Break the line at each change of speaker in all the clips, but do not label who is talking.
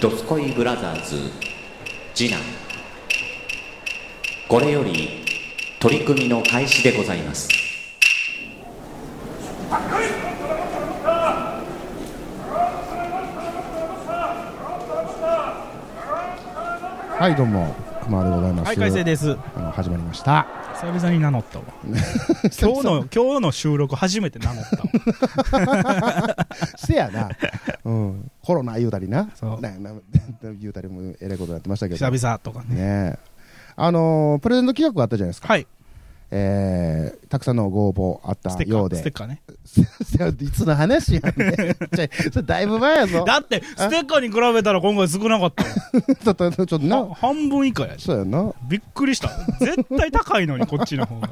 ドスコイブラザーズ次男これより取り組みの開始でございます
はい、どうも、熊でございます。
はい、快晴です。
あの始まりま した。
久々に名 乗ったわ。
久
今
々
日の、今日の収録初めて名乗った わ。
せやな。うん、コロナ言うたりな。
そう
なな言うたりもえらいことになってましたけど。ね
久々とかね。
えあのープレゼント企画があったじゃないですか。
はい、
えーたくさんのご応募あっ
ス
た
テッカ
よう
ー、ステ
で。
ッカーね。
いつの話や ね。ちょいそれだいぶ前やぞ。
だって、ステッカーに比べたら今回少なかった
ちょっと、ちょっと
もん
な。
は半分以下やし。
そうやな。
びっくりした。絶対高いのに、こっちの 方が。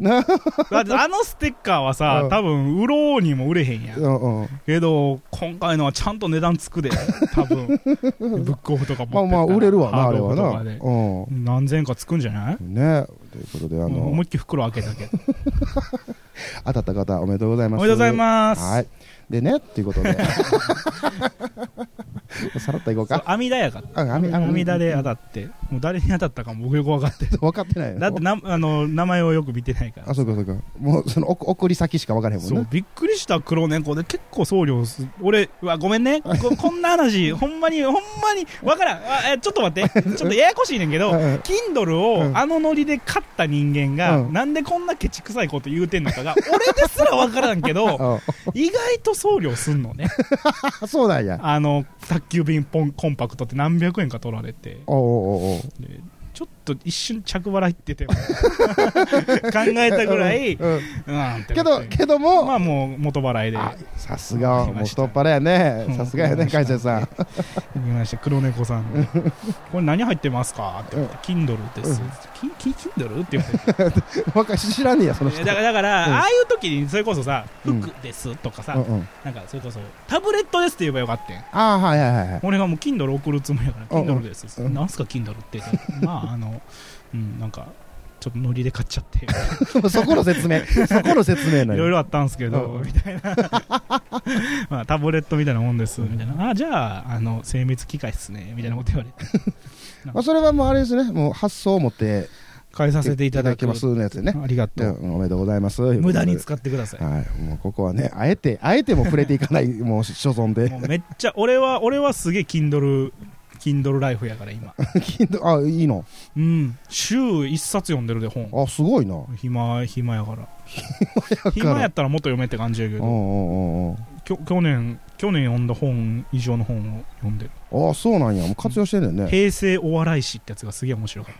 な、
だって、あのステッカーはさ
う、ん
多分、売ろうにも売れへんや。
うんんうん。
けど、今回のはちゃんと値段つくで、多 分。ブックオフと
まあ
か持ってった
ま
ら
あ、売れるわな、
ハ
あ
ー
れ
ドオ
は
フと
な。
か
う
で
ん。
何千かつくんじゃない
ねということで、あ
もう
の
思い、っきり袋開けたけど。
当たった方、おめでとうござい
お
ま
め
す。
でとうございます。
はい。でね、ということ で。さらっといこう
そう
か。
網田やから
あ、網網
網田で当たってもう誰に当たったかも僕よく分 かって
分かってないよ。
だってなあの名前をよく見てないから
あ、そうかそうか。もう、その、送送り先しか分からへんもん
そう
ね。
びっくりした黒猫で結構送料す俺うわごめ んねここんな話ほんまにほんまに分からんあえちょっと待ってちょっとややこしいねんけど
うんう
Kindle
ん
をあのノリで買った人間が、
うん
なんでこんなケチくさいこと言うてんのかが俺ですら分からんけど
あ
意外と送料すんのね
あ、そうなんや。
あの宅急便ポンコンパクトって何百円か取られて
おうおうおう
でちょっと一瞬着払いってても 考えたぐらい、
うんうん
うんって
け
な
ど、
って
けども、
まあもう元払いで
あさすが、
来
もう
ました
太っ腹やね。
うん
さすがやね、
来ま
会
した
社さん。
行きました黒猫さん にこれ何入ってますか?」って言って「Kindle です」キキ Kindle?」って言われて
わか知らんねや、その
いや
人。
だからだから、
うん
ああいう時にそれこそさ「
うん
服です」とかさ、
うんうん。
なんかそれこそ「タブレットです」って言えばよかったん
ああ、はいはいはい はい。
俺がもう Kindle 送るつもりやから「
うんうん
Kindle です」
うん
なんすか Kindle って」まああのうんなんかちょっとノリで買っちゃって
そこの説 明、そこの説明ない
ろ
ろ。
いろあったんですけ
う
ど
ん、
みたいな、 まあ、タブレットみたいなもんです、みたいな、あじゃあ、あの精密機械っすね、みたいなこと言われ て、
まあ、それはもうあれですね、もう発想を持って、
変えさせていただ
き
き
ま
ますす。
のやつでね。
ありが
う
と
ん
う。
うんおめでとうございます。
無駄に使ってください。
はい、もうここはね、あえて、あえても触れていかない、 もう所存で
も。うめっちゃ、俺は、俺はすげえ Kindle、Kindle ライフやか ら、今。
Kindle あ、いいの。
うん、週一冊読んでるで、本。
あ、すごいな。
暇、暇やから。
から
暇やったらもっと読めって感じやけ
うんう
ど、
んうん
きょ去年、去年読んだ本以上の本を読んでる。
うん。あ、そうなんや。もう活用してんだよね。
平成お笑い師ってやつがすげえ面白かっ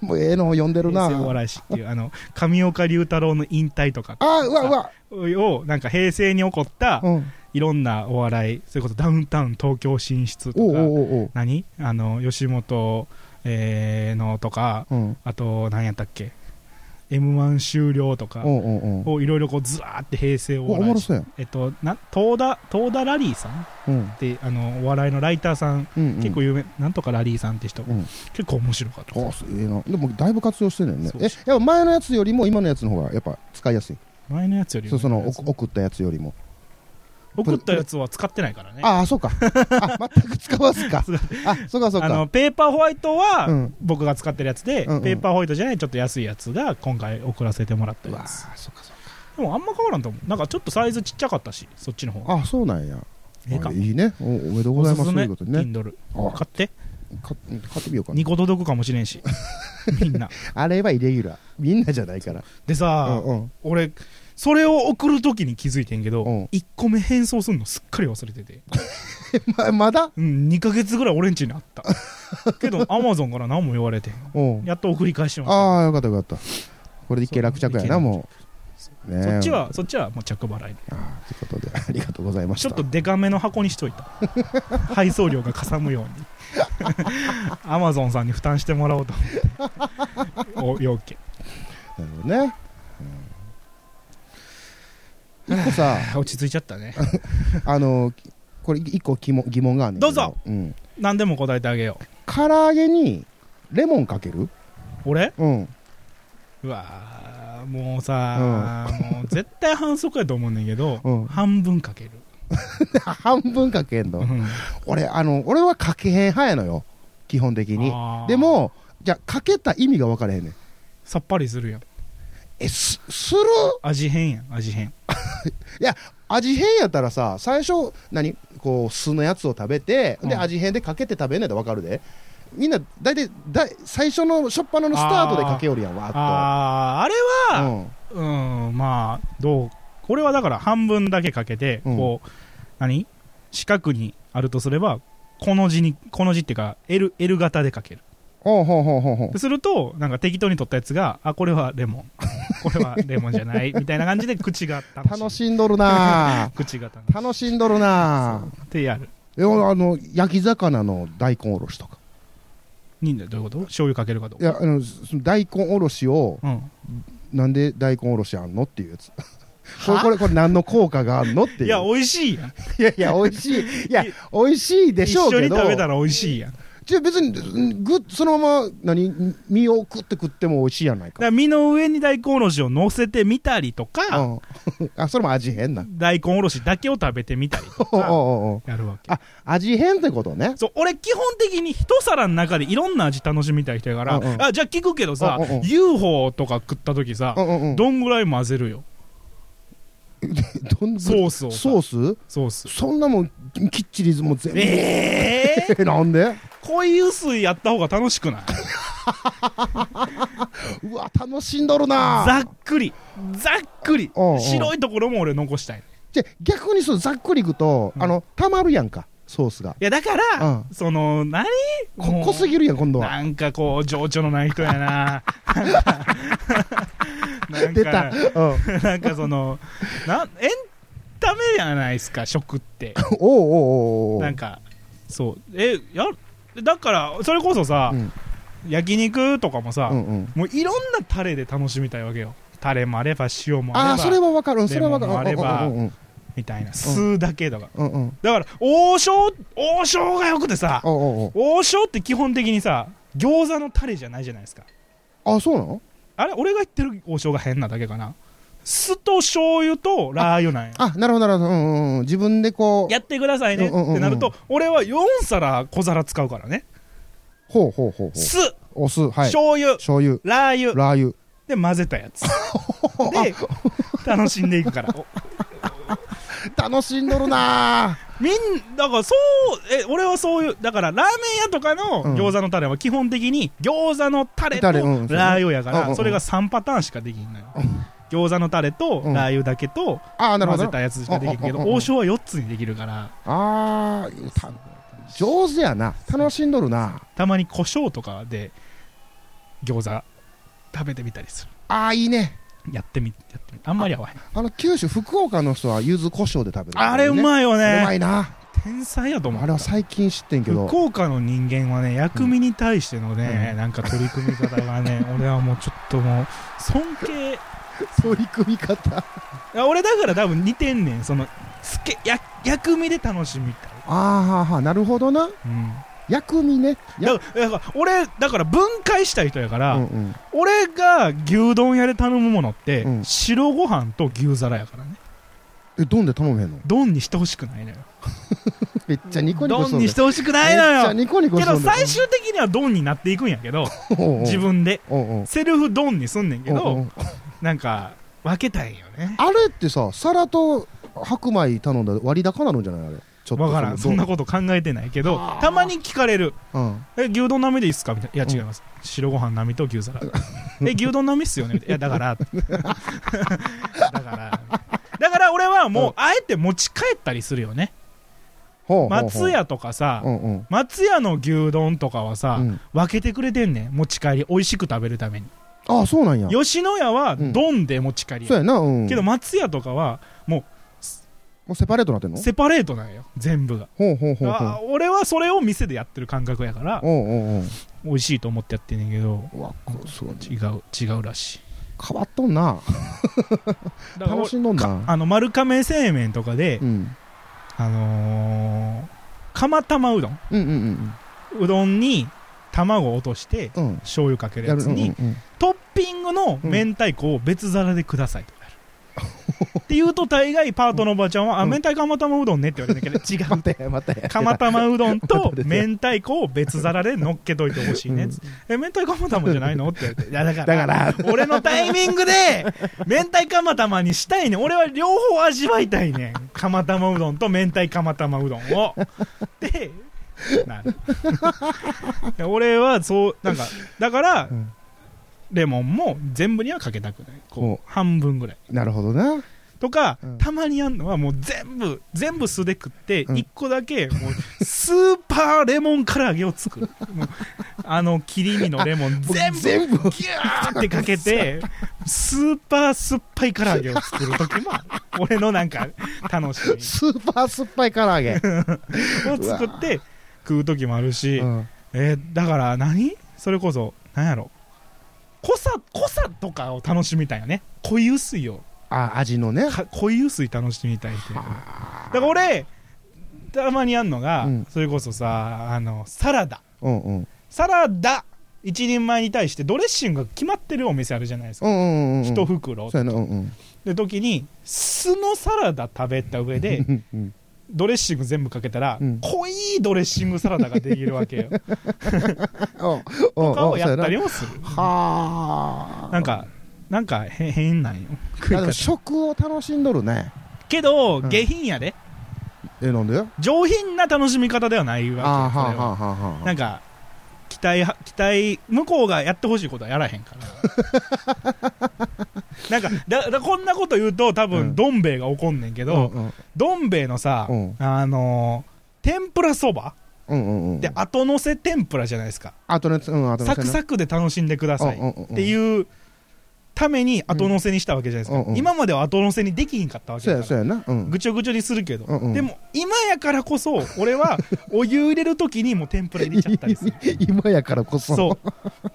た。
もうええの読んでるな。
平成お笑い師っていう、あの、上岡龍太郎の引退とか
あ、うわうわ。
を、なんか平成に起こった
う、ん。
いろんなお笑い、それこそダウンタウン東京進出
お
と
うお
か、
うおう
何あの、吉本、えーのとか、
おう。うん。
あと、何やったっけ ?M1 終了とか
お、うおうおう。
をいろいろこう、ずらーって平成お
おおも
笑
ろ
い師。
そうやん。
えっと、な、東田、東田ラリーさんっ
うん。
て、あの、お笑いのライターさん、
うんうん。
結構有名、なんとかラリーさんって人、
うん
結構面白かった。
あ、すええな。でもだいぶ活用してんだよね
そ。う
え、やっぱ前のやつよりも今のやつの方がやっぱ使いやすい。
前のやつより
そうそのお
面白い
送ったやつよりも。
送ったやつは使ってないからね。
ああ、そうか。あ、全く使わず か。あ、そうかそうか
あの。ペーパーホワイトは、
うん
僕が使ってるやつで、
うんうん
ペーパーホワイトじゃないちょっと安いやつが今回送らせてもらった
う
や
わ、
つ
そうかそう
でもあんま変わらんと思うなんかちょっとサイズちっちゃかったしそっちの方が
か。あ、そうなんや。
ええか
あいいねお。おめでとうございます。と
おすす
い
め
うことでね。
Kindle
あ
買って
か買ってみようかな
2個届くかもしれ んしみんな
あれはイレギュラーみんなじゃないから
でさ、
うん
俺それを送るときに気づいてんけど、
うん
1個目変装するのすっかり忘れてて、
うんままだ
うん、2ヶ月ぐらい俺んちにあったけ どアマゾンから何も言われてん
うん
やっと送り返しました
ああよかったよかったこれで一件落着やなもうねえ
そっちはそっちはもう着払いで
ああということで ありがとうございまし
ち
た
ょっとデカめの箱にしと いた配送料がかさむようにアマゾンさんに負担してもらおうと 思ってお要件
なるほどねうん一個 さ
落ち着いちゃったね
あのこれ一個疑問疑問がある
どうぞ
うん
何でも答えてあげよう
唐揚げにレモンかける
俺
うん
うわーもうさ、もう絶対反則やと思うねんだけど、
うん
半分かける
半分かけん の、
うん
俺あの俺はかけへん派やのよ基本的に
あー
でもじゃあかけた意味が分からへんねん
さっぱりするやん
えすする
味変やん味変
いや味変やったらさ最初何こう酢のやつを食べて、で
うん
味変でかけて食べんねんと分かるでみんな大体だい最初の初っ端のスタートでかけよるやんわーっ
あああれ
と
は
うん
うんまあどうこれはだから半分だけかけて
うん
こう何四角にあるとすればこの字にこの字っていうか L, L 型でかける
ほうほうほうほうほう
でするとなんか適当に取ったやつがあこれはレモン これはレモンじゃないみたいな感じで口が楽しい
楽しんどるな ぁ
口が楽しい
楽しんどるなぁ
でやる
えあの焼き魚の大根おろしとか
忍者どういうこと醤油かけるかどう
い
か
やあのその大根おろしを
うん
なんで大根おろしあんのっていうやつこれこれこれ何の効果があんのっていう
い
い
や美味しいやん
いやいや美味しいいや美味しいでし
一
ょう
緒
け
に
ど
食べたら美味しいやんだか
じゃあ別にんぐそのまま何身を食って食っても美味しいやないから
身の上に大根おろしを乗せてみたりとか、
うん あそれも味変な
大根おろしだけを食べてみたりと
おう おう
か
おう
やるわけ
あ味変ってことね
そう俺基本的に一皿の中でいろんな味楽しみたい人やから、
うんうん
あじゃあ聞くけどさ、
うんうんうん
UFO とか食った時さ、
うんうんうん
どんぐらい混ぜるよ
どん
ソースをさ
ソー
ソー
ス
ス
そんなもんきっちりもう全部
ええ
なんで
濃い薄いやった方が楽しくないう
わ楽しんどるな
ざっくりざっくり
うんうん
白いところも俺残したいね
じゃ逆にそうざっくりいくと、
うん
あのたまるやんかソースが
いやだから、
うん
その何
こ
もう
濃すぎるやん今度は
なんかこう情緒のな い人やななん
出た、
か
うん、
なんかそのなエンタメじゃないですか食って
おうおうおうおう
なんかそうえやだからそれこそさ、
うん
焼肉とかもさ、
うんうん
もういろんなタレで楽しみたいわけよタレもあれば塩も
あ
あ
あ
れ
それ
ば
は分かるそれは分かる
レモンもあれば
うんうん
みたいな酢だけとか
うんうん
だから王将王将がよくてさ
おうおう
王将って基本的にさ餃子のタレじゃないじゃないですか
おうあそうなの
あれ俺が言ってる王将が変なだけかな酢と醤油とラー油なんや
あなるほどなるほどうんうんうん自分でこう
やってくださいね
うんうんうんうん
ってなると俺は4皿小皿使うからね
ほうほうほうほ
酢、
うお酢はい
醤油
醤油
ラー油
ラー油
で混ぜた やつで楽しんでいくからお
楽しんどるな
みんだからそうえ俺はそういうだからラーメン屋とか
う
の
ん
餃子のタレは基本的に餃子のタレと
タ
ラ
レう
ー
ん
油やか
うんうんう
ら
ん
それが3パターンしかできんのよ餃子のタレと
うん
ラー油だけと
ああなる
混
ほ
ぜ
ど
たやつしかできん
う
けど
んうんうんうん
王将は4つにできるから
あーた上手やな楽しんどるな
たまに胡椒とかで餃子食べてみたりする
あーいいね
やってみやってみあんまり合わへん
あの九州福岡の人は柚子胡椒で食べる
あれう
い
まいよ
うま
ね
いな
天才やと思
あれ
う
は最近知ってんけど
福岡の人間はね薬味に対してのね、なんか取り組み方がね 俺はもうちょっともう尊敬い
取り組み方
や俺だから多分似てんねんそのつけや薬味で楽しみたい、
あーはーはーなるほどな
うん、
薬味ねや
だからだから俺だから分解したい人やから、
うんうん
俺が牛丼屋で頼むものって、
うん
白ご飯と牛皿やからね
えどんで頼めへんの
丼にしてほしくないのよ
めっちゃニコニコし
ド
とん
ンに
で
してほしくないの
めっちゃ
よ
ニコニコ
け
しと
ど
んで
最終的にはドンになっていくんやけど
おうおう
自分で
おうおう
セルフドンにすんねんけ
おうお
ど
う
なんか分けたいよね
あれってさ皿と白米頼んだら割高なのじゃないあれちょっと
分からんそんな
こ
こと考えてないけどたまに聞かれる
とうん
「え牛丼並みでいいっすか?」みたいな「いや違います白ご飯並みと牛皿」「え牛丼並みっすよね」みたいな「いやだ から」だからだから俺はもうあえて持ち帰ったりするよね
ほうほうほう
松屋とかさ
うんうん
松屋の牛丼とかはさ、
うん
分けてくれてんねん持ち帰り美味しく食べるために
ああそうなんや
吉野家は
うん
丼で持ち帰りや、
そうやなうん
けど松屋とかは
もうセパレートなってんの
セパレートなんよ全部が
ほうほうほうほ
あ
う
俺はそれを店でやってる感覚やから
おうおうおう
美味しいと思ってやってんねんけど
うわこそう
違う違うらし
変わっとんない
だから
楽
俺
しんどんな
あの丸亀製麺とかで、
うん
あのー、釜玉うどん
うんうんうん
うどんに卵を落として
うんうん
醤油かける
や
や
る
つ
うんうん
に
うん
トッピングの明太子を別皿でくださいとかやるって言うと大概パートのおばちゃんは、あ、明太釜玉うどんねって言われるんだけど、違う。
待て待て
釜玉うどんと
また出て
明太子を別皿で乗っけといてほしいねっつって、え明太釜玉じゃないのって言われていやだから
だから
俺のタイミングで明太釜玉にしたいねん俺は両方味わいたいねん釜玉うどんと明太釜玉うどんをでなる俺はそうなんかだから、
うん
レモンも全部にはかけたくない
お
こう半分ぐらい
なるほどな
とか、
うん
たまにやるのはもう全部全部酢で食って
うん
一個だけもうスーパーレモン唐揚げを 作るもうあの切り身のレモン全部ギ
全部
ューってかけてスーパー酸っぱい唐揚げを作る時 も俺のなんか楽しみ
スーパー酸っぱい唐揚げ、
を作って食う時もあるし、
うん
えーだから何それこそ何やろ濃さ濃さとかを楽しみたいよね濃い薄いを
あ味のね
か濃い薄い楽しみたいっていうだから俺たまにやんのが、
うん
それこそさあのサラダ
うんうん
サラダ一人前に対してドレッシングが決まってるお店あるじゃないです
う
か、
んうんうんうん
一袋
そうやなうんうん
で時に酢のサラダ食べた上で
うん うん
ドレッシング全部かけたら、
うん
濃いドレッシングサラダができるわけよ
おう おう
とか
お
を
う
やった
そう
り
や
もする
なはあ
なんかなんかへ変なんよ食い
あでも
方
食を楽しんどるね
けど、
うん
下品やで
えなんで
上品な楽しみ方ではないわけよ
あーは
そ
あ
れ
はあ
は
はあはあ
なんか期待は期待向こうがやってほしいことはやらへんから なんかだだこんなこと言うと多
うん
分どん兵衛が怒んねんけ
うん
ど、
うん
どん兵衛のさ、
うん
あのー天ぷらそば
うんうんうん
で後乗せ天ぷらじゃないですか、
あとねうんあとね
サクサクで楽しんでください
うんうんうんうん
っていうために後乗せにしたわけじゃないですか、
うんうん
今までは後乗せにできひんかったわけ
そう
だ
や
か
そう
ら
やなうん
ぐちょぐちょにするけど、
うんうん
でも今やからこそ俺はお湯入れる時にもう天ぷら入れちゃったりする
今やからこそ
そう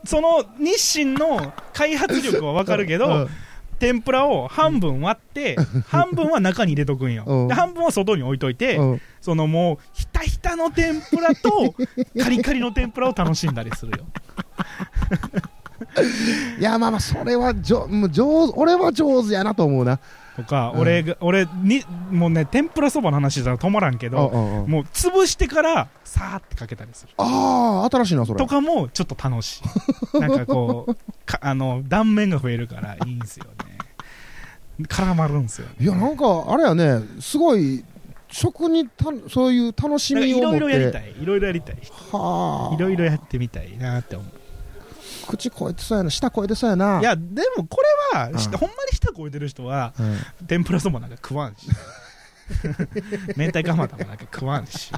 その日清の開発力は分かるけど、
うん
天ぷらを半分割って、半分は中に入れとくんよ、
うん
で半分は外に置いといて、
うん
そのもうひたひたの天ぷらと カリカリの天ぷらを楽しんだりするよ
いやまあまあそれはじょもう上手俺は上手やなと思うな
とか、
うん
俺が俺にもうね天ぷらそばの話したら止まらんけど、
うんうんうん
もう潰してからさーってかけたりする
ああ新しいなそれ
とかもちょっと楽しいなんかこうかあの断面が増えるからいいんすよね絡まるんすよね
いやなんかあれやねすごい食にたそういう楽し
なんか
み
い
を持っ
ろ
て
いろやりたいいろいろやりたい
はい
ろいろやってみたいなって思う
あ口超えてそうやな舌超えてそうやない
やでもこれは、
うん
ほんまに舌超えてる人は
うん
天ぷらそばなんか食わ んし明太釜玉なんか食わんし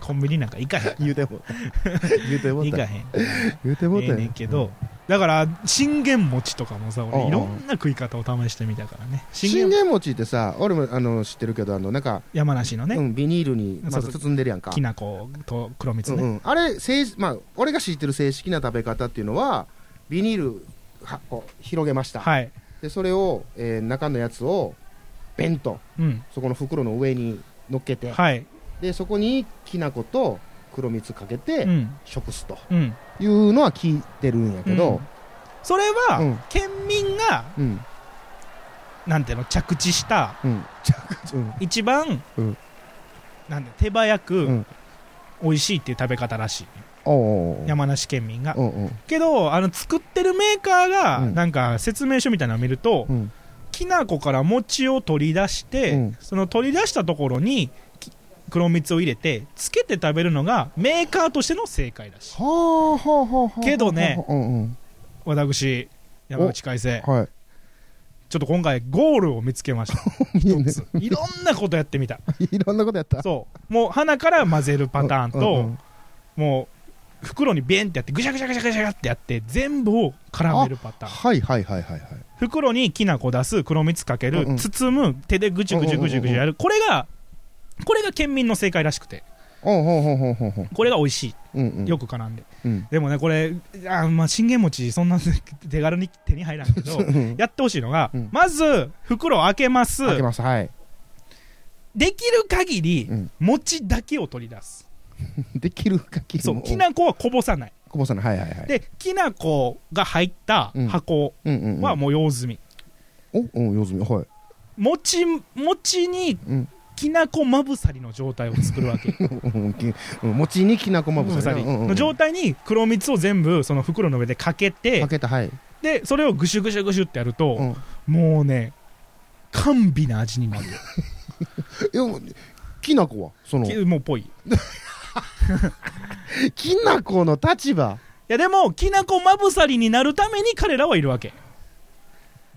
コンビニなんか行かへん
言うても 言うても
行
た
か
よ
へん
言うても
え
た
え
よ
ねんけど、だから信玄餅とかもさ
うんうん
俺いろんな食い方を試してみたからね
信
信玄
玄餅ってさ俺もあの知ってるけどあのなんか
山梨のね、
うんビニールにまず包んでるやんか
きな粉と黒蜜
うん
ね、
うん、あれ正式まあ俺が知ってる正式な食べ方っていうのはビニールはこう広げました、
はい、
でそれを、えー中のやつをベンと
うん、
そこの袋の上に乗っけて、
はい、
でそこにきな粉と黒蜜かけて、
うん、
食すと
うん、
いうのは聞いてるんやけど、
それは、
うん
県民が
うん、うん
なんていうの着地した
うんうん
一番、
うん
なんだ手早く、
うん
美味しいっていう食べ方らしい
おうおうおう
山梨県民が、
うんうん
けどあの作ってるメーカーが、
うん
なんか説明書みたいなのを見ると、
うん
きな粉から餅を取り出して、
うん
その取り出したところにき黒蜜を入れてつけて食べるのがメーカーとしての正解らしい
はあはあはあはあ
けどね
うんうん
私山口海星
はい
ちょっと今回ゴールを見つけました一ついろんなことやってみた
いろんなことやった
そうもう鼻から混ぜるパターンと、
うんうん
もう袋にベンってやってぐしゃぐしゃぐしゃぐしゃってやって全部を絡めるパターン
はいはいはいはいはい
袋にきな粉出す黒蜜かける、
うんうん
包む手でぐちゅぐちゅぐちゅぐちゅやる、これがこれが県民の正解らしくて
おうほうほうほうほうほう
これが美味し
うんうん
いよく絡んで、
うん
でもねこれあまあ信玄餅そんな手軽に手に入らんけど
うん
やってほしいのが、
うん
まず袋を開けます
開けますはい
できる限り、
うん
餅だけを取り出す
できるかき
そうきな粉はこぼさない
こぼさないはいはいはい
できな粉が入った箱
うんうんうん
はもう用済み、
おうんよずみはい
餅餅に
うん
きなこまぶさりの状態を作るわけ
うんきうん餅にきな こま
ま
ぶさりなうんうん
の状態に黒蜜を全部その袋の上でかけて
かけたはい、
でそれをぐしゅぐしゅぐしゅってやると、
うん
もうね甘美な味になるよ
えもうきなこはその
きもうぽいい
きなこの立場
やでもきなこまぶさりになるために彼らはいるわけ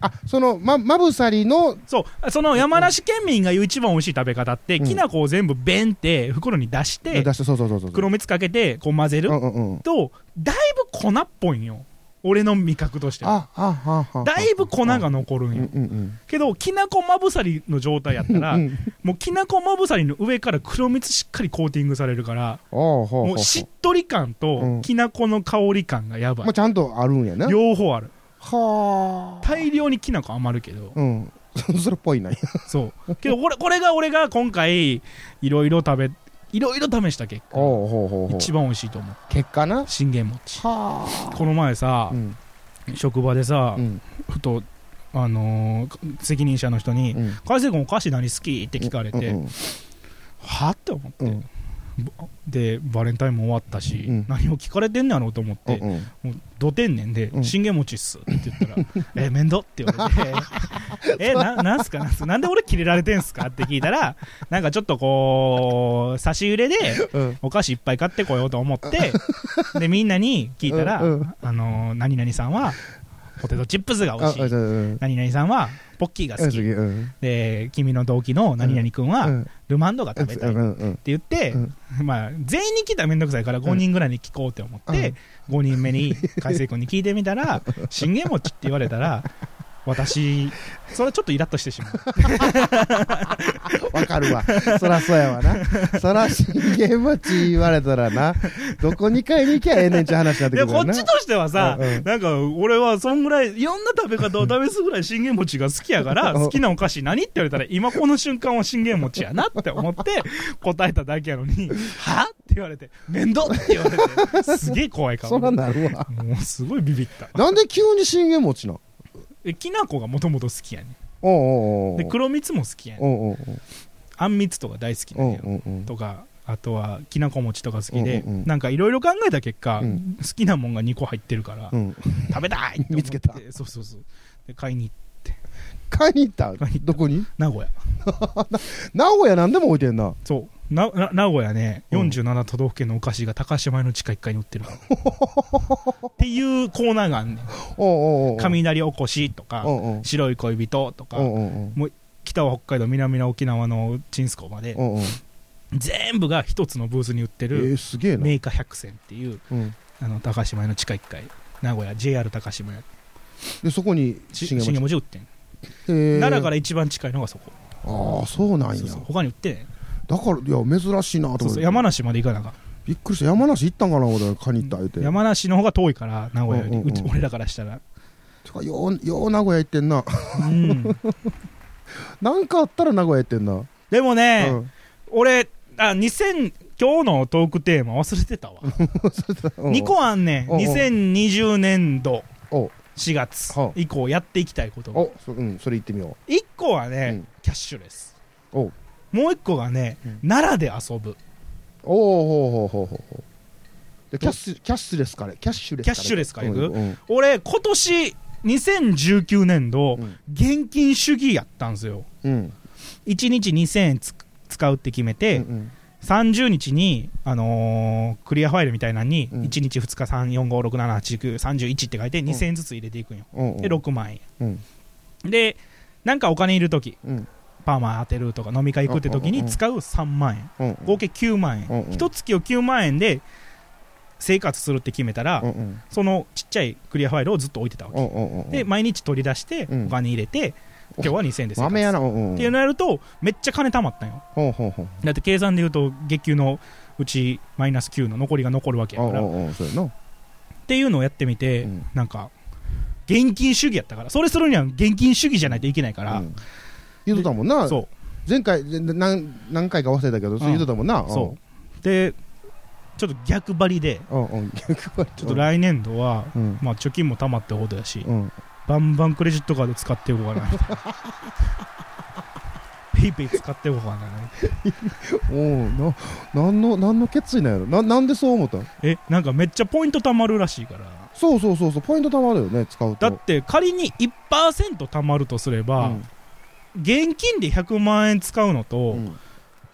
あそのままぶさりの
そうその山梨県民が言う一番美味しい食べ方って、
うん
きな粉を全部ベンって袋に出して、
出してそうそうそうそう
黒蜜かけてこう混ぜる
うんうんうん
とだいぶ粉っぽいんよ俺の味覚として
あ
は
ああああ
だいぶ粉が残るん
うんう
よ
ん
けどきな粉まぶさりの状態やった
うん
ら
うん
もうきな粉まぶさりの上から黒蜜しっかりコーティングされるから
ああほうほう
も
ほう
うしっとり感
う
と
ん
きな粉の香り感がやば
まあ
い
ちゃんとあるんやな
両方ある
はあ
大量にきな粉余るけど
うん それっぽ いな
そうけどこれこれが俺が今回いろいろ食べいろいろ試した結果
おうほうほうほう
一番美味しいと思う
結果な
信玄餅
は
この前さ
あうん
職場でさ
うん
ふとあのー責任者の人に
うん
「海星君お菓子何好き?」って聞かれて
う
「
ん
は?」って思って、
うん
ばでバレンタインも終わったし、
うん
何を聞かれてんねやろうと思って、
うんうん
もうど天然で
う
「
ん
信玄餅っす」って言ったら 「え面倒」って言われて「えななんすかなんすかなんで俺キレられてんすか?」って聞いたらなんかちょっとこう差し入れで
うん
お菓子いっぱい買ってこようと 思ってでみんなに聞いたら「
うんうん
あの何々さんはポテトチップスが美
あ
味し
あ
い
じゃあうん
何々さんはポッキーが好
うん
き」
次うん
で君の同期の何々君
う
は
ん
ルマンドが食べたい」
うんうん
って言って、
うん
まあ、全員に聞いたら面倒くさいから5人ぐらいに聞こうって思って、5人目に海星君に聞いてみたら「信玄餅」って言われたら私それはちょっとイラッとしてしまう
わかるわ。そらそうやわな。そら信玄餅言われたらな。どこに買いに行きゃええねんちゅう話になってく
で
るか
こ
ら
っ
な。
ちとしてはさ、
うんうん
なんか俺はそんぐらいいろんな食べ方を試すぐらい信玄餅が好きやから
うん
好きなお菓子何って言われたら今この瞬間は信玄餅やなって思って答えただけやのに「は?」って言われて「面倒」って言われてすげえ怖い顔
そら
も
なるわ。
うすごいビビった
なんで急に信玄餅なん
えきなこがもともと好きやねん
おうおうおう
で黒蜜も好きやねん
おうおう
あんみつとか大好き
おう
なんや
おうおう
とかあとはきなこ餅とか好きで、
うんうんうん
なんかいろいろ考えた結果、
うん
好きなもんが2個入ってるから、
うん
食べたいって思って
見つけた
そうそうそうで買いに行って
買いに行った
買いに行った
どこに
名古屋
名古屋なんでも置いてんな。
そうなな名古屋ね
うん
47都道府県のお菓子が高島屋の地下1階に売 ってるからっていうコーナーがあんねん
おうおうおう
雷おこしとか
おうおう
白い恋人とか
おうおう
北は北海道南は沖縄のチンスコまで
おうおう
全部が一つのブースに売って
え
る
ーすげえな
メ。ーカー百選っていう
うん
あの高島屋の地下1階名古屋 JR 高島屋
で、そこに
し
信
信
玄餅。
玄餅売ってん、
奈
奈良から一番近いのがそこ
ああ、そうなん
そう
や
そう。他に売ってね
だから、いや、珍しいなと思
そう
っ
そう
て。
山梨まで行かなあかん
びっくりした。山梨行ったんかな俺、買いに行った言うて。
山梨の方が遠いから名古屋より、
うんうんうん
うち俺らからしたら
てか、よう、よう名古屋行ってんな。
うん
なんかあったら名古屋行ってんな。
でもね、
うん
俺あ2000今日のトークテーマ忘れてたわ 2。個あんねん
おうおう
2020年度
おう
4月
はあ
以降やっていきたいことが
お、そうん、それ言ってみよ
1個はね、
うん
キャッシュレス
う。おう
もう1個がね、
うん
奈良で遊ぶ
おうほうほうほうほうほう。で、キャッシュ、キャッシュレスから、キャッシュレスから。
キャッシュレスから
い
行
く
く
うん
俺今年2019年度、
うん
現金主義やったんですよ
うん。
1日2000円つ使うって決めて、
うん
30日に、あのークリアファイルみたいなのに、
うん
1日2日345678931って書いて2000円ずつ入れていくんよ、
うん。
で6万円
うん。
でなんかお金いる時
うん。
パーマ当てるとか飲み会行くって時に使う3万円
うん。
合計9万
うん
円
うん
一月を9万円で生活するって決めたら、
うんうん。
そのちっちゃいクリアファイルをずっと置いてたわけ
うんうんうん。
で、毎日取り出して
うん
お金入れて、今日は2000円です
豆やな。うんうん。
っていうのやるとめっちゃ金貯まったんよ
ほうほうほう。
だって計算で言うと月給のうちマイナス9の残りが残るわけやから
お
っ
うおうおうそうやな。
ていうのをやってみて、
うん
なんか現金主義やったからそれするには現金主義じゃないといけないから、
うん言うとったもんな。
そ
前回、でで何何回か忘れたけど、そう言うとったもんな。
うそうでちょっと逆張りで
うん。うんうん。逆張り
ちょっと来年度は、
うん。
まあ、貯金も貯まったほどやし、
うん。
バンバンクレジットカード使っていこうかな みたいなペイペイ使っていこうかな
おうな何の何の決意なんやろななんでそう思ったん
えなんかめっちゃポイント貯まるらしいから
そうそうそうそうポイント貯まるよね使うと
だって仮に1%貯まるとすれば、
うん
現金で100万円使うのと、
うん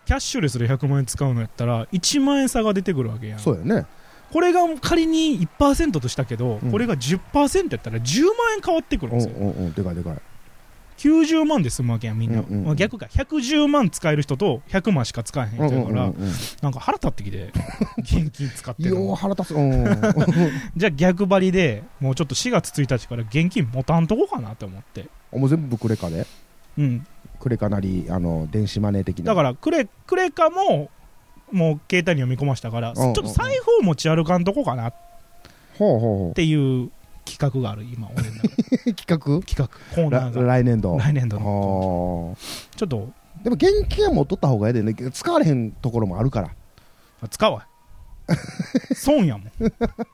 キャッシュレスで100万円使うのやったら1万円差が出てくるわけやん
そうやね
これが仮に1%としたけど、
うん
これが10%やったら10万円変わってくるん
うん
ですよ
うんうんでかいでかい
90万で済むわけやんみんな、
うんうんうん
まあ逆か110万使える人と100万しか使えへん人
うん
や
う
から、
んうんうん
なんか腹立って きて現金使ってる
よう
の
腹立つうん
じゃあ逆張りでもうちょっと4月1日から現金持たんとこかなと思って
もう全部クレカで
うん
クレカなりあの電子マネー的な
だからクレクレカももう携帯に読み込ましたから、
うんうんうん
ちょっと財布を持ち歩かんとこかなっ
ほうほうほ
ていう企画がある今俺の中で
う企
企画
画
コーナ
ら
ーが
来年度
来年度の
は
ちょっと
あでも現金は持っとった方がええでね使われへんところもあるから
あ使おう 損やもん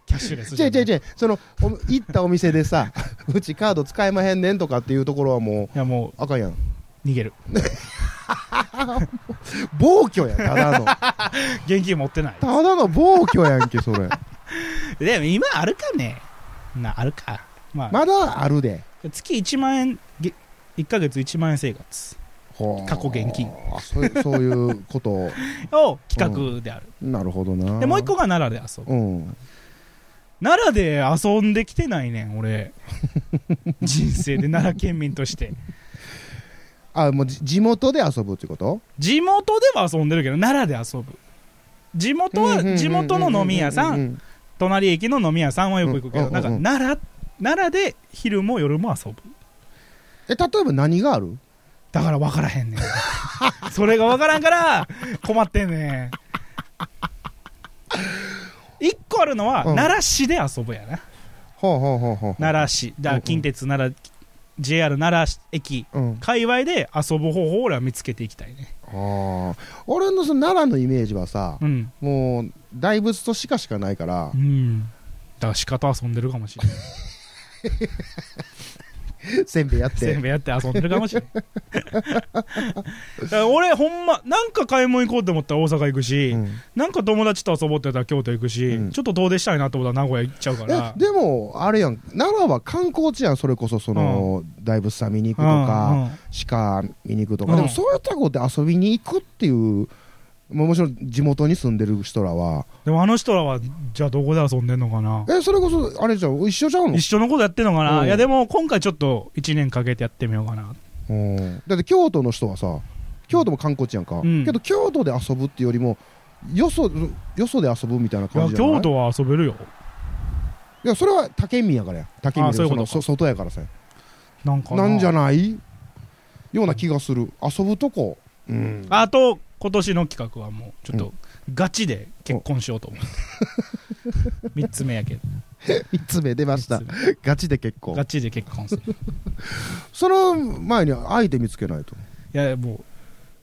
キャッシュレスじ
違
ゃ
う
な
違
いう
違うそのお行ったお店でさ うちカード使えまへんねんとかっていうところはもう
いやも
あかんやん
う逃げる
暴挙やんただの
現金持ってない
ただの暴挙やんけ それ
でも今あるかねなあるかまあ、
まだあるで
月1万円げ1ヶ月1万円生活
ほう
過去現金
あそうそういうこと
を企画である、
なるほどな
でもう一個が奈良で遊ぶ
うん
奈良で遊んできてないねん 俺人生で奈良県民として
あもうじ地元で遊ぶってこと
地元では遊んでるけど奈良で遊ぶ地元
うんうんうんうんう
は
ん
地元の飲み屋さ
うんん
隣駅の飲み屋さんはよく行くけど、
うん
なんか
うんうん
奈良奈良で昼も夜も遊ぶ
え例えば何がある
だから分からへん ねんそれが分からんから困ってんねん一個あるのは、
うん
奈良市で遊ぶやな
ほうほうほうほう
奈良市だ
うんうん
から近鉄奈良 JR 奈良駅
良うん
界隈で遊ぶ方法を俺は見つけていきたいね
ああ俺のその奈良のイメージはさ
うん
もう大仏と鹿しかないから
うんだから仕方遊んでるかもしれない
せんべいやっ
全
て
部やって遊んでるかもしれないだから俺ほんまなんか買い物行こうと思ったら大阪行くし、
うん
なんか友達と遊ぼうって言ったら京都行くし、
うん
ちょっと遠出したいなと思ったら名古屋行っちゃうから
えでもあれやん奈良は観光地やんそれこそその、大仏さん見に行くと
うんう
か、
ん
鹿見に行くとか、
うん
でもそういうとこで遊びに行くっていうもうもちろん地元に住んでる人らは
でもあの人らはじゃあどこで遊んでんのかな
えそれこそあれじゃん一緒じゃんの
一、緒のことやってんのかな、
うん
いやでも今回ちょっと1年かけてやってみようかな
うんだって京都の人はさ京都も観光地やんか、
うん
けど京都で遊ぶっていうよりもよそよそで遊ぶみたいない感
や
じじゃない
京都は遊べるよ
いやそれは他県民やからや他県民
あそういうこと
の
か
そ外やからさ
なんか
なんじゃないような気がする遊ぶと こうん
あと今年の企画はもうちょっとガチで結婚しようと思って、3つ目やけど
3つ目出ました
三つ
ガチで結
目
構
ガチで結婚するい
その前に相手見つけないと
やも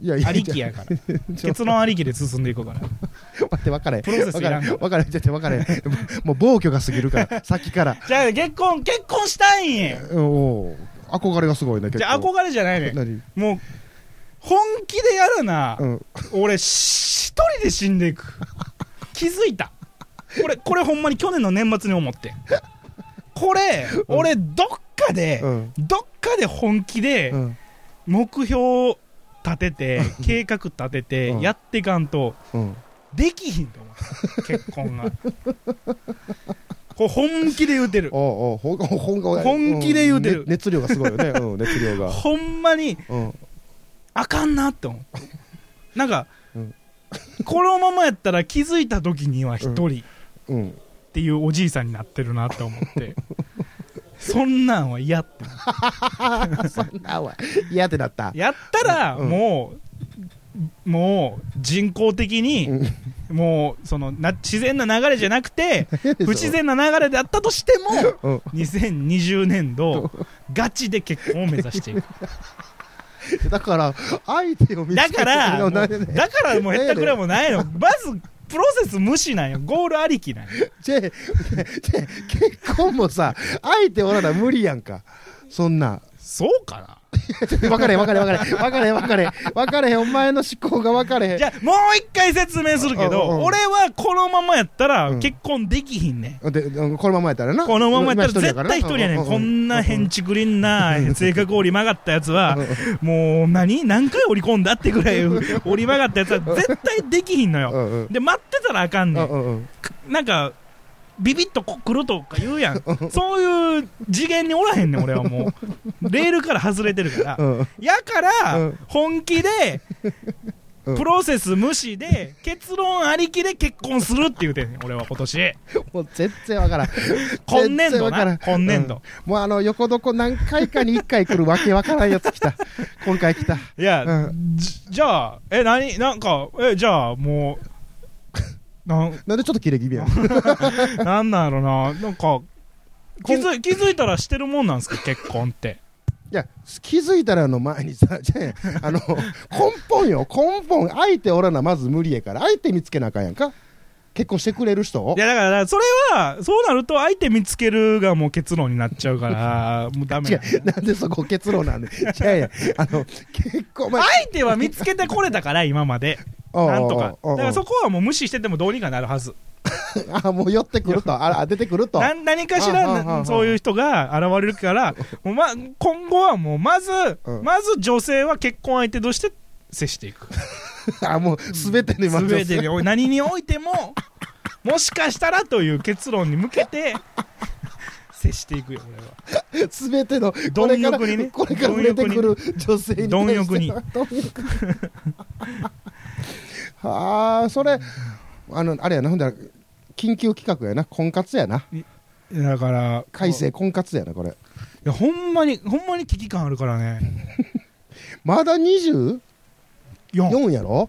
いやいうや
ありきやから結論ありきで進んでいこうから
ちょっと待って分かれ
プロセスいらんから
分かれ分かれちょっと分かれ もう暴挙が過ぎるからさっきから
じゃあ結婚結婚したいんや
うんおう憧れがすごいね結構
じゃあ憧れじゃないねん
何
もう本気でやるな、
うん
俺し一人で死んでいく気づいた俺これほんまに去年の年末に思ってんこれ俺どっかで、
うん
どっかで本気で
うん
目標を立て て、計画立てて
うん
やっていかんと
うん
できひんと思う結婚 がこれ本気で言うてる
おうおうほんほんほん
本気で言うてる
ね熱量がすごいよねうん熱量が
ほんまに
うん
あかんなって思うなんか、
うん
このままやったら気づいた時には一人、
うん
っていうおじいさんになってるなって思ってそんなんは嫌って
そんなわ嫌ってなった
やったら
うん
もう、もう人工的に、
うん
もうそのな自然な流れじゃなくて不自然な流れであったとしても
うん
2020年度ガチで結婚を目指していく
だから相手を見つ
だ
けて
からもう
な
だ
んでね
からもうへったくれもないのまずプロセス無視なんよゴールありきなんよ
じゃあじゃあ結婚もさ相手おらな無理やんかそんな。
そうか
分かれへん分かれへん分かれへん分かれへん分かれへん分かれへんお前の思考が分かれへん
なじゃあもう一回説明するけど
うんうん
俺はこのままやったら
うん
結婚できひんねん
でうんこのままやったらな
このままやったら絶対一人やね
うん
こんな変
地
ちくりんな性格折り曲がったやつはもう何何回折り込んだってぐらい折り曲がったやつは絶対できひんのよで待ってたらあかんねんなんかビビッとこ来るとか言うやんそういう次元におらへんねん俺はもうレールから外れてるからやから、
うん
本気で、
うん
プロセス無視で結論ありきで結婚するって言うてんねん俺は今年
もう全然分からん
今年度
全然わから
なん今年度、
もうあの横床何回かに1回来るわけ分からんやつ来た今回来た
いや、
う
じじゃあえ何なんかえじゃあもう なん
なんでちょっとキレ気味やん
なんなんやろななんか気づい気づいたらしてるもんなんすか結婚って
いや、気づいたらの前にさ、じゃああの、根本よ、根本、相手おらな、まず無理やから、相手見つけなあかんやんか。結婚してくれる人を
いやだからそれはそうなると相手見つけるがもう結論になっちゃうから もうダメ
違
なんだ
う、なんでそこ結論なんで。いやいや、あの、結婚、お前
相手は見つけてこれたから今ま で
おうおう
なんとか。
おうお
だ
う
からそこはもう無視しててもどうにかなるはず。
あ、もう寄ってくると、あら、出てくると。
な何かし
あああああ
ら
あ
そういう人が現れるから、もうま、今後はもうまず、
うん
まず女性は結婚相手として接していく。
あ、もう、すべてに
全
満足す
て
る
におい何においても、もしかしたらという結論に向けて、接していくよ、俺は。
すべての、これか
貪欲にね
ら、これから出てくる女性に対して。
貪欲に
貪欲に。は あ、それ、あの、あれやな、ほんだら、緊急企画やな、婚活やな。
だから、
改正婚活やなこれ
いや、ほんまに、ほんまに危機感あるからね。
まだ24
4。
やろ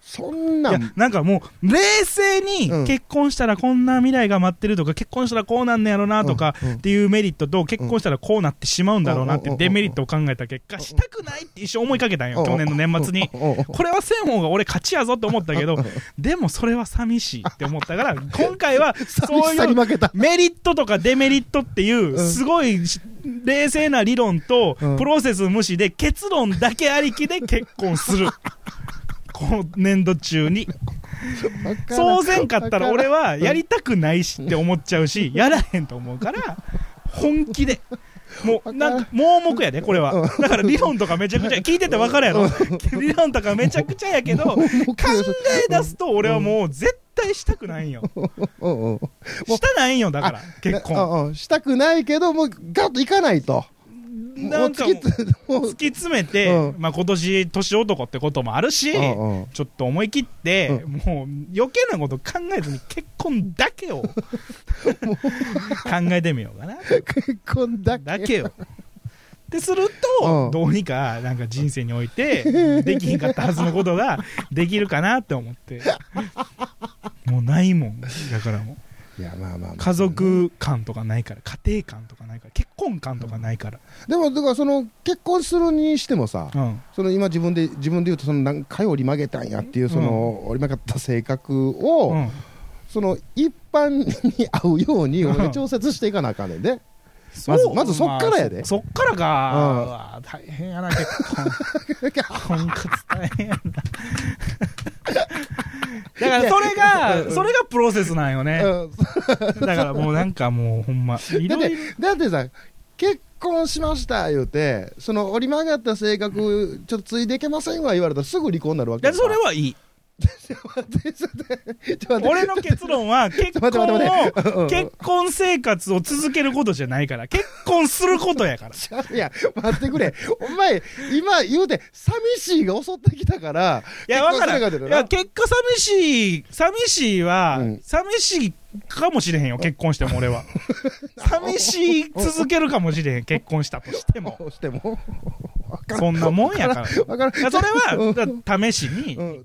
そんない
や
ん
なんかもう冷静
うん
に結婚したらこんな未来が待ってるとか、結婚したらこうなんねやろなとか
うんうん
っていうメリットと結婚したらこうなってしまうんだろうなっ
うん
て
うん
デメリットを考えた結果したくないって一生思いかけたんよ
うん
去年の年末に
おおお
これはせん方が俺勝ちやぞって思った けどでもそれは寂しいって思ったから今回は
寂
そう
し
い
さに
う
負けた
メリットとかデメリットっていう
うん
すごい冷静な理論と
うん
プロセス無視で結論だけありきで結婚す る今年度中に。そうせんかったら俺
は
はやりたくないしって思っちゃう し、やらへんと思うから、本気で。もう、なんか、盲目やで、これは。だから理論とかめちゃくちゃ、聞いてて分かるやろ。理論とかめちゃくちゃやけど、考え出すと俺はもう絶対したくないんよ。したないんよ、だから、結婚。
したくないけどもうガッといかないとも
な
うん突
か
きつもう
突き詰めて、
う
まあ今年年男ってこともあるし、
うんうん
ちょっと思い切って、もう余計なこと考えずに結婚だけを考えてみようかな。
結婚だ
だ
け
けよ。ってする
う
と
ん、
どうにかなんか人生において、できひんかったはずのことができるかなって思って。もうないもん。だからもう。
いやまあまあまあ
家族感とかないから、家庭感とかないから、結婚感とかないから。
でもだからその結婚するにしてもさ
うん。
その今自分で自分で言うとその何回折り曲げたんやっていうその折り曲がった性格を、
うん。
その一般に合うように
うん
俺が調節していかなあかんねんで、
そ
まず
う
まずそっからやで
まあそそっからか。うわ大変やな、結 婚。婚活大変やな。だからそれが、それがプロセスなんよね。
うん
だからもうなんかもうほんま、い
だっ
ろい
て
ろ。
だってさ結婚しました言うてその折り曲がった性格ちょっとついでいけませんわ言われたらすぐ離婚になるわけ
だ
や
か
ん
らそれはいい。
ちょっと待って
俺の結論は結婚
待って待って
を、
待って
結婚生活を続けることじゃないから、結婚することやから。
ちゃうやん待ってくれお前今言うて寂しいが襲ってきたから
いや、わからん。
る
いや、結果寂しい、寂しいは、
うん
寂しいかもしれへんよ、結婚しても俺 は。寂しい続けるかもしれへん、結婚したとしても。
して もわから
そんなもんやから。い
わからん
やそれ
う
は
ん
だから、試しに
う、ん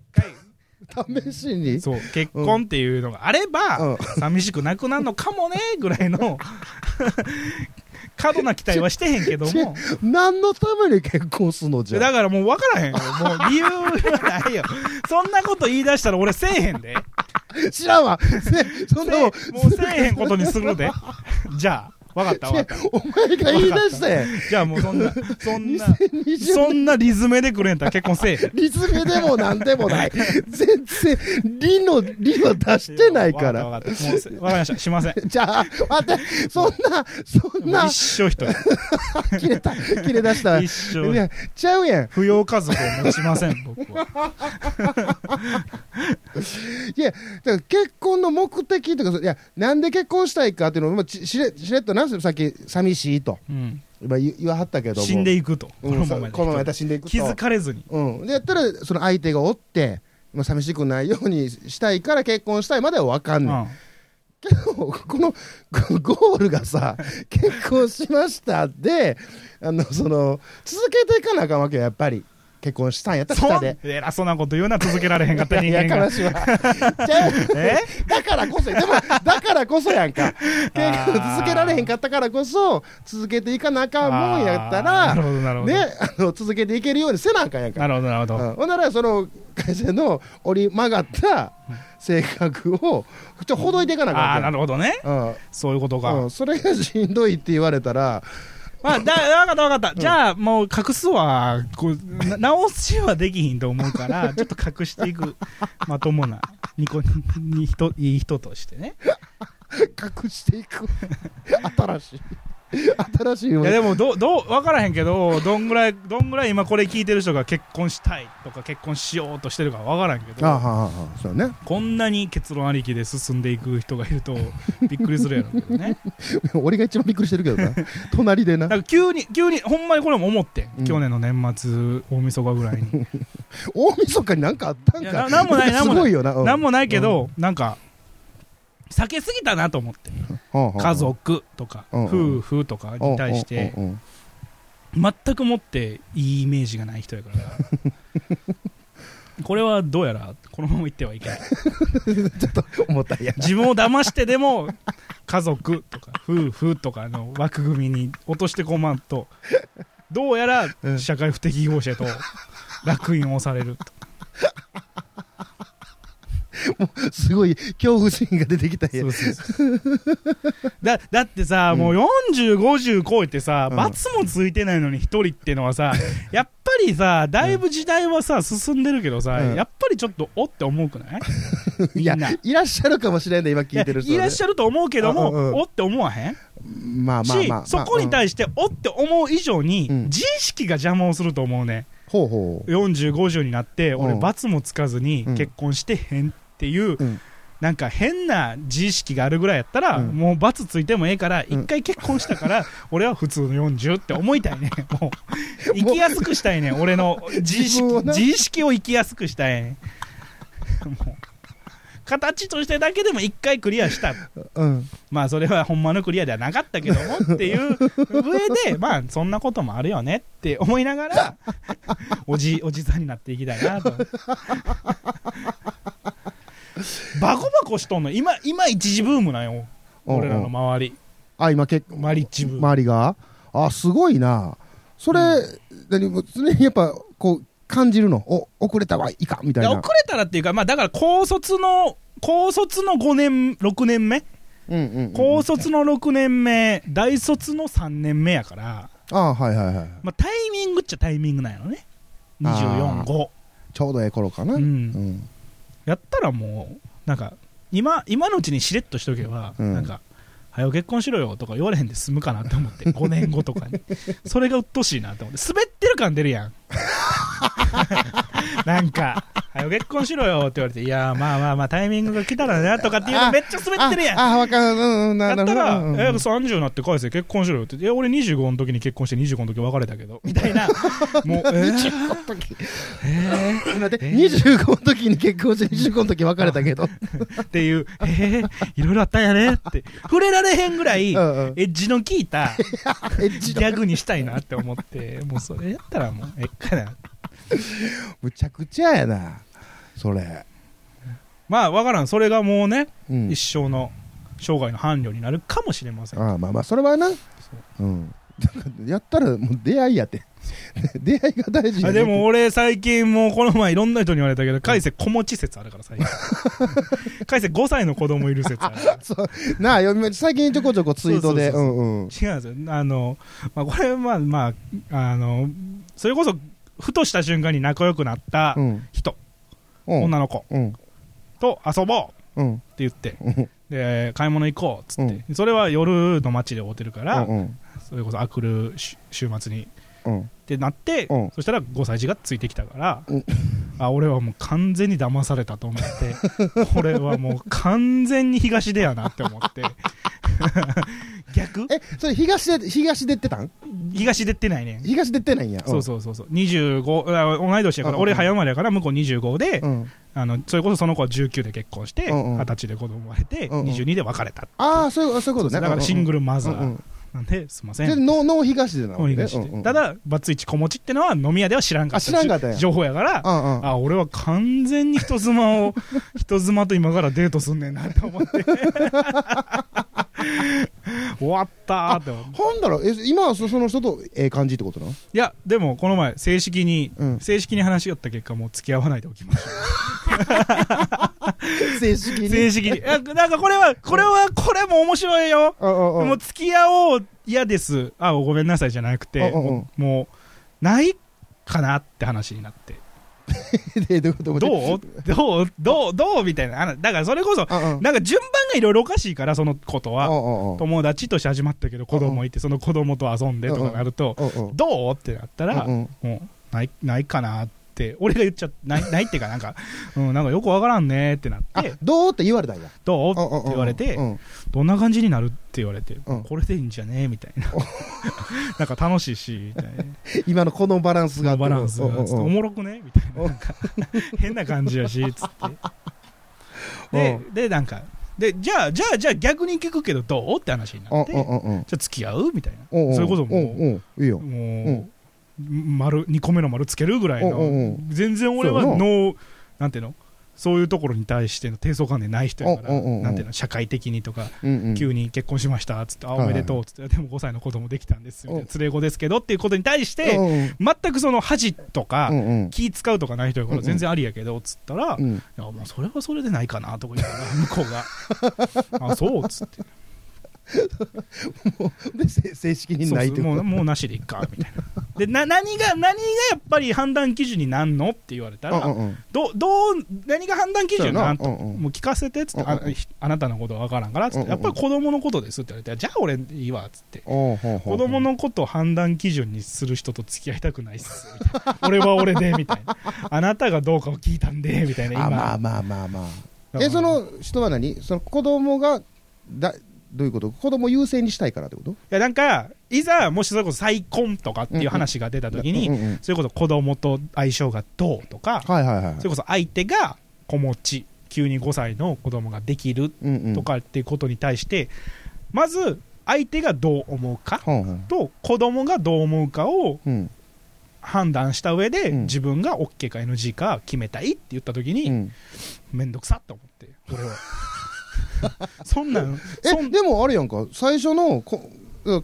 試しに
そう、結婚っていうのがあれば、
うん
寂しくなくなるのかもね、ぐらいの、過度な期待はしてへんけども。
何のために結婚すんのじゃ
だからもう分からへんよ。もう理由はないよ。そんなこと言い出したら俺せえへんで。
知らんわ。せそん
せ
なもん
もうせえへんことにするで。じゃあ。わかったわかった。
お前が言い出したやん。
じゃあもうそんな、そんな、
2020
そんなリズムでくれんやったら結婚せえへん。
リズムでもなんでも ない。全然、理の、理を出してないか
わ
ら。
かったわかった。もうせわかりました。しません。
じゃあ、待って、そんな、そん
もう
な
一、生一人。
切れた、切れ出した。い
一生。
や、ちゃうやん。
扶養家族を持ちません、僕は。
だから結婚の目的とか、いや、なんで結婚したいかっていうのを、まあちしれしれっとな、さっき、寂しいと、
うん。
まあ、言言わはったけども。
死んでいくと。
うんさ
ままで
このままやったら死んでいくと。
気づかれずに。
うん、でやったらその相手がおって、まあ、寂しくないようにしたいから結婚したいまでは分か
うん
ねん、
ん。
けどこのこゴールがさ 「結婚しました」であのその続けていかなあかんわけよやっぱり結婚したんやったらし
そ
た
ん
で。
偉そうなこと言うな、続けられへんかった
い
人
やい
間
や悲
が。
しいわ ちゃう
え
だからこそでもだからこそや んか結婚
あー
続けられへんかったからこそ続けていかなあかんもんやったら
あーなるほど、なるほど。
ねあの続けていけるようにせなあかんやんか
なるほど、なるほど。
うんほんならその会社の折り曲がった性格をちょっとほどいていかな
ああ、
あか
なんるほどね。
わ
そういうこと
け、うんう
か
ん、。それがしんどいって言われたら
まあ、だ、わかったわかった。じゃあ、もう隠すは、こう、な直しはできひんと思うから、ちょっと隠していく、まともな、ニコに人、いい人としてね。
隠してい く新しい新しい
い
も
や、
の
でも、どう、どう、わからへんけど、どんぐらい、どんぐらい今これ聞いてる人が結婚したいとか、結婚しようとしてるかわからんけ
あは
ど、
あはあそうね
こんなに結論ありきで進んでいく人がいると、びっくりするやろうけどね。
俺が一番びっくりしてるけど な隣でな
なんか急に、急に、ほんまにこれも思ってん、
うん
去年の年末、大晦日ぐらいに。
大晦日に何かあったん
いや
か
ななんもないなんもない
すごいよな、う
なんもないけど、なんか、避けすぎたなと思って、家族とか、
うんうん
夫婦とかに対して、
うんうんうん
全くもっていいイメージがない人やから、 これはどうやら、このままいってはいけない。
思ったんや
自分を騙してでも、家族とか、夫婦とかの枠組みに落としてこまんと、どうや
う
ら
ん
社会不適合者と烙印を押されると。
すごい恐怖心が出てきたんや
そうそうそうだだってさ、もう4050超えてさ、
うん
罰もついてないのに1人ってのはさやっぱりさだいぶ時代はさ進んでるけどさ、
うん
やっぱりちょっとおって思うくない
いや
みんない
らっしゃるかもしれんね今聞いてる人
いやいらっしゃると思うけども、
うんうん
おって思わへんし、
まあまあまあまあ
そこに対しておって思う以上に、
うん
自意識が邪魔をすると思うね
ほうほう
4050になって俺
うん
罰もつかずに
うん
結婚してへんっていう、
うん
なんか変な自意識があるぐらいやったら、
うん
もう罰ついてもええから
うん
一回結婚したから、 俺は普通の40って思いたい ねもう生きやすくしたいね俺の自意
自
識
分をな
自意識を生きやすくしたいねもう形としてだけでも一回クリアした
うん
まあそれはほんまのクリアではなかったけどもってい う上でまあそんなこともあるよねって思いながらおじおじさんになっていきたいなとバコバコしとんの今今一時ブームなんよ俺らの周り
あ今結構
マリッジブーム
周りがあすごいなそれ、何も常にやっぱこう感じるのお遅れたわいかんみた
い
い
や
な
遅れたらっていうかまあだから高卒の高卒の5年6年目
うんうんうん
高卒の6年目大卒の3年目やから、
あはいはいはい
まあ、タイミングっちゃタイミングなんやろね
あー
245
ちょうどええ頃かな
う
うんん
やったらもうなんか今今のうちにしれっとしとけば、
うん
なんか「早よ結婚しろよ」とか言われへんで済むかなって 思って5年後とかにそれが鬱陶しいなって思って滑ってる感出るやん なんか「早よ結婚しろよ」って言われて「いやーまあまあまあタイミングが来たらな」とかっていうのめっちゃ滑ってるやん
ああわかるうんうん
や
な
っ
る
た
ほど
ら、
うん
え30になって返せ、結婚しろよって、いや、俺25の時に結婚して25の時別れたけど、みた いな、もう、えー、
25の時待って25の時に結婚して25の時別れたけど
っていう、えー、いろいろあったんやねって、触れられへんぐらい、
うんうん
エッジの効いた
エッ
ギ
ジの
ャグにしたいなって思って、もうそれやったらもう、えっかな。
むちゃくちゃやなそれ
まあ、わからん。それがもうね、
うん
一生の生涯の伴侶になるかもしれません。
ああまあまあそれはなうんやったらもう出会いやって。出会いが大事や
あ
ね
でも俺最近もうこの前いろんな人に言われたけど、海瀬子持ち説あるから最近。 海瀬5歳の子供いる説あるから。
そうなあ、読み最近ちょこちょこツイートで。
そううん
うん。
違うんですよ。あの、まあ、これまあまあ、あの、それこそ、ふとした瞬間に仲良くなった
うん。
人、
うん。
女の子
うん。
と遊ぼう
うん。
って言って、
うん。
で、買い物行こうっつって、それは夜の街で会うてるから、
うん。
それこそあくる週週末に
うん。
ってなって、
うん
そしたら5歳児がついてきたから、
うん
あ俺はもう完全に騙されたと思って これはもう完全に東出やなって思って逆
え、それ東で、東出てたん
東出ってないね
東出てないんや。ん
そうそうそうそう25あ同い年やから
あうん
俺早生まれやから向こう25で、
うん。
あのそれこそその子は19で結婚して
う
二十、
んうん
歳で子供生まれて、
うんうん
22で別れた、
ああ、そういう、そういうことね。
だからシング
ル
ルマ
マ
ザ
うんう
ー
ん。
なんですいません、
で、ノーノー東出な
お
のね。
願いして
うんうん
た、だバツイチ子持ちってのは飲み屋では知らんかった
あ知らんかったんや
情報やから
うんうん。
あ俺は完全に人妻 を人妻と今からデートすんねんなって思って終わったーって思って
ほんだら、え今はそその人とええ感じってことなの
いやでもこの前正式に、
うん
正式に話し合った結果もう付き合わないでおきました
正式に。
正式にいやなんかこれはこれはこれも面白いよ
あああ
もう付き合おう嫌ですあごめんなさいじゃなくて
うんうんうん
もうもうないかなって話になって
でどういうこと
どうどうどうどうみたいなあのだからそれこそ
あうん
なんか順番がいろいろおかしいからそのことは
あああ
友達として始まったけど子供いてその子供と遊んでとかなると
うんうん
どうってなったら
うんうん
もうないないかなって俺が言っちゃないないっていうかなんかうんなんかよくわからんねってなっ
あ
て
どうって言われたんや。う
どう
んうんうん
って言われて
うん
どんな感じになるって言われて
うん
これでいいんじゃねみたいな なんか楽しいしみたいな
今のこのバランスが。
バランス
うんう
が
ん
つってお
うん
もろくねみたいななんか変な感じやしつってででなんかでじゃあじゃあじゃあ逆に聞くけどどうって話に
うん
な
う
っ
ん
て
うんうん
じゃあ付き合うみたいな
おお
それこそもう
おうおういいよ。
もう、丸2個目の丸つけるぐらい
お
の
うおうおう
全然俺は
そうやな
のなんていうのそういうところに対しての低層観念ない人やから
おうおうおうおう
なんていうの社会的にとか、
うんうん
急に結婚しましたっつって「あ
はいは
お
い
めでとう」っつって「でも5歳の子供できたんです」みたいな
お
連れ子ですけどっていうことに対し
う
て
んうん
全くその恥と
う
か
んうん
気使うとかない人やから全然ありやけどっつったら
う
い
ん
やもうそれはそれでないかなとか言うから向こ うが「あそう」っつって
でせ正式にないって
そう
こ
そうも
と
うもうなしでいっかみたいなでな何が何がやっぱり判断基準になんのって言われたら、
うんうんうん
どどう何が判断基準なんと、
そうやなうんうん
もう聞かせてっつって、
うんうんうん
あひあなたのことは分からんからっつって、
うんうん
や
う
っ
ん
ぱり子供のことですって言われてじゃあ俺いいわっつって。
おうほうほう
子供のことを判断基準にする人と付き合いたくないっすみたいな俺は俺でみたいなあなたがどうかを聞いたんでみたいな今
あまあまあまあまあ
う
え
ん
そ
い
の人は何その子供がだどういうこと子供優先にしたいからってこと
やなんかいざもしそれこそ再婚とかっていう話が出た時に、
うんうん
それこそ子供と相性がどうとか、
はいはいはい
それこそ相手が子持ち急に5歳の子供ができる
うんうん
とかっていうことに対して、まず相手がどう思うか
ほんほん
と子供がどう思うかを
うん
判断した上で、
うん
自分が OK か NG か決めたいって言った時に、
うん
めんどくさって思って俺は そんなんそ
え
ん
でもあれやんか最初のこ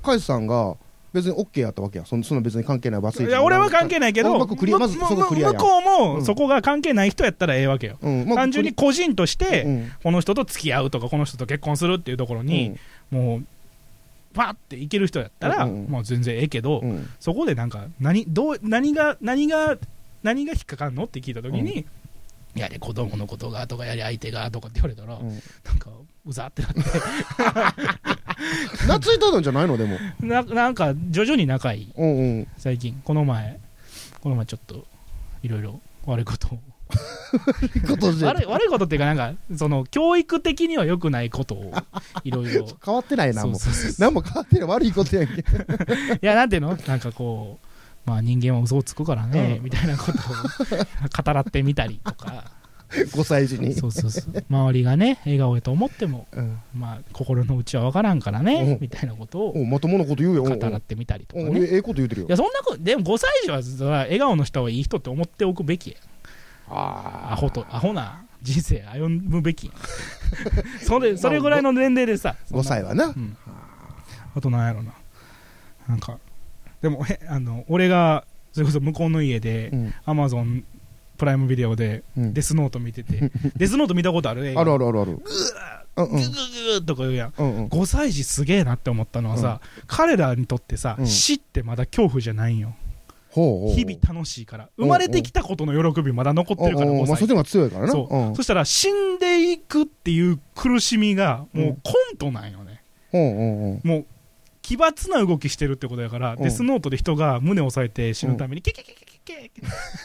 カイスさんが別に OK やったわけやんそんそんな別に関係ないバス
いや俺は関係ないけど
うまくクリアまず
む
そこクリアやん
む向こう
う
も
ん
そこが関係ない人やったらええわけよ、
うんまあ
単純に個人として、
うん
この人と付き合うとかこの人と結婚するっていうところに、もうパっていける人やったら、
うんうんうん
もう全然ええけど、
うんうん
そこでなんか何どう何が何が何が引っかかんのって聞いた時に、やれ子供のことがとかやれ相手がとかって言われたら、
うん
なんかうざってなって
懐いたのじゃないのでも
ななんか徐々に仲いい
うんうん
最近この前この前ちょっといろいろ悪いことを
いいことじゃ
悪い悪いことっていうかなんかその教育的には良くないこ とをいろいろ
変わってないな
そう
もう
そうそう
何も変わってない悪いことやんけ
いや、なんていうのなんかこう、まあ人間は嘘をつくからね、
うん
みたいなこと を語らってみたりとか、
5歳児に
そうそうそう。周りがね、笑顔やと思っても、
うん
まあ心の内はわからんからね、
うん
みたいなことを
おまともなこと言うよ
語
お
らってみたりと
お
か
おえ
ね。
ええこと言うてるよ
いや、そんなこと、でも5歳児はそら笑顔の人はいい人って思っておくべきや。
あ
アホと、アホな人生歩むべきや。それ、それぐらいの年齢でさ。
5歳はな
うん。あとなんやろな。なんかでもへあの俺がそれこそ向こうの家で
うん
アマゾンプライムビデオで
うん
デスノート見ててデスノート見たことある映画
あるあるあるあるうんう
グ
ん
グググとか言うやん
うんうん
5歳児すげえなって思ったのはさ、彼らにとってさ、
うん
死ってまだ恐怖じゃないんよ
ほうほう
日々楽しいから生まれてきたことの喜びまだ残ってるから
うんうん
5
まあそ
歳
っちの方が強いからな
そう、
うん
そしたら死んでいくっていう苦しみがもうコントなんよね、
うんうんうん
もう奇抜な動きしてるってことやから、
うん
デスノートで人が胸を押さえて死ぬために、キャキャキャキャキャ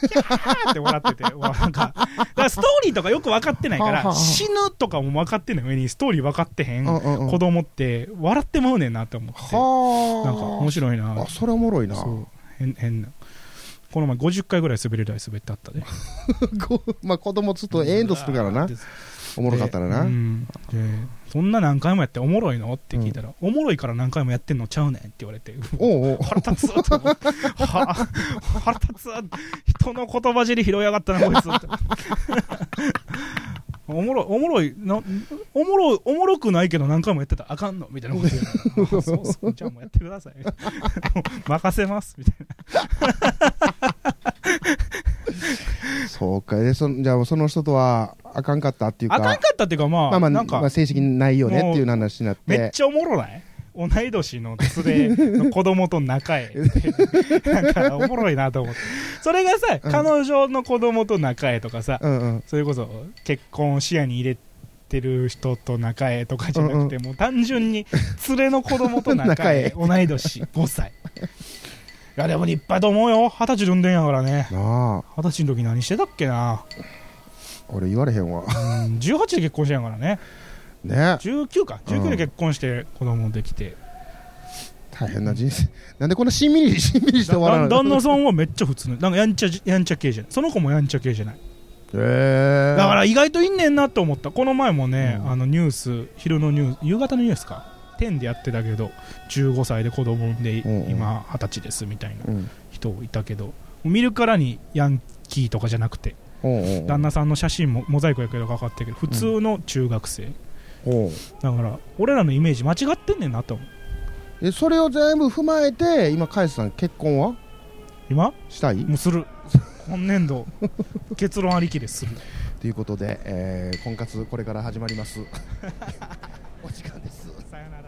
キャキャーって笑ってて、 わなんか、だからストーリーとかよく分かってないか
はあはあは
ら、
あ
死ぬとかも分かってない上に、ストーリー分かってへん
うんうんうん
子供って、笑ってまうねんなって思って、
はあ
なんか面白いな
あそれおもろいな
そう変変な。この前50回ぐらい滑り台滑ってあったで。
こう まあ子供ずっとええんとするからな
で
おもろかったら
う
なん
でそんな何回もやっておもろいのって聞いたら、おもろいから何回もやってんのちゃうねんって言われて、
おうおう
腹立つわと思っては腹立つわ人の言葉尻拾いやがったなこいつっておもろいおもろいなおもろいおもろくないけど何回もやってたらあかんのみたいなこと言うからあそうそうじゃあもうやってくださいもう任せますみたいな
そうかでそじゃあその人とはあかんかったっていうか
あかんかったっていうかまあ、
まあまあ
なんか、
まあ、正式にないよねっていう話になっ
めってちゃおもろない同い年の連れの子供と 仲ええってなんかおもろいなと思ってそれがさ、
うん
彼女の子供と仲ええとかさ、
うんうん
それこそ結婚を視野に入れてる人と仲ええとかじゃなくて、もう単純に連れの子供と 仲ええ同い年5歳いやでも立派と思うよ二十歳産んでんやからね
なあ
二十歳の時何してたっけな、
俺言われへんわ
うん、18で結婚してんやからね
ね
19か19で結婚して子供できて、
大変な人生なんでこんなしんみ りしんみりして終わらな
だ
い
旦那
ん
さんはめっちゃ普通のなんかやんちゃじやんちゃ系じゃないその子もやんちゃ系じゃない
へえ
だから意外といんねんなと思ったこの前もね、
うん
あのニュース昼のニュース夕方のニュースか10でやってたけど15歳で子供産んで
うんうん
今二十歳ですみたいな
うん
人いたけど見るからにヤンキーとかじゃなくて
おうおうおう
旦那さんの写真もモザイクやけどかかってるけど普通の中学生、
おう
だから俺らのイメージ間違ってんねんなと思う
えそれを全部踏まえて今カイスさん結婚は
今
したい
もうす る今年度結論ありきでする
ということで、えー婚活これから始まりますお時間です
さよなら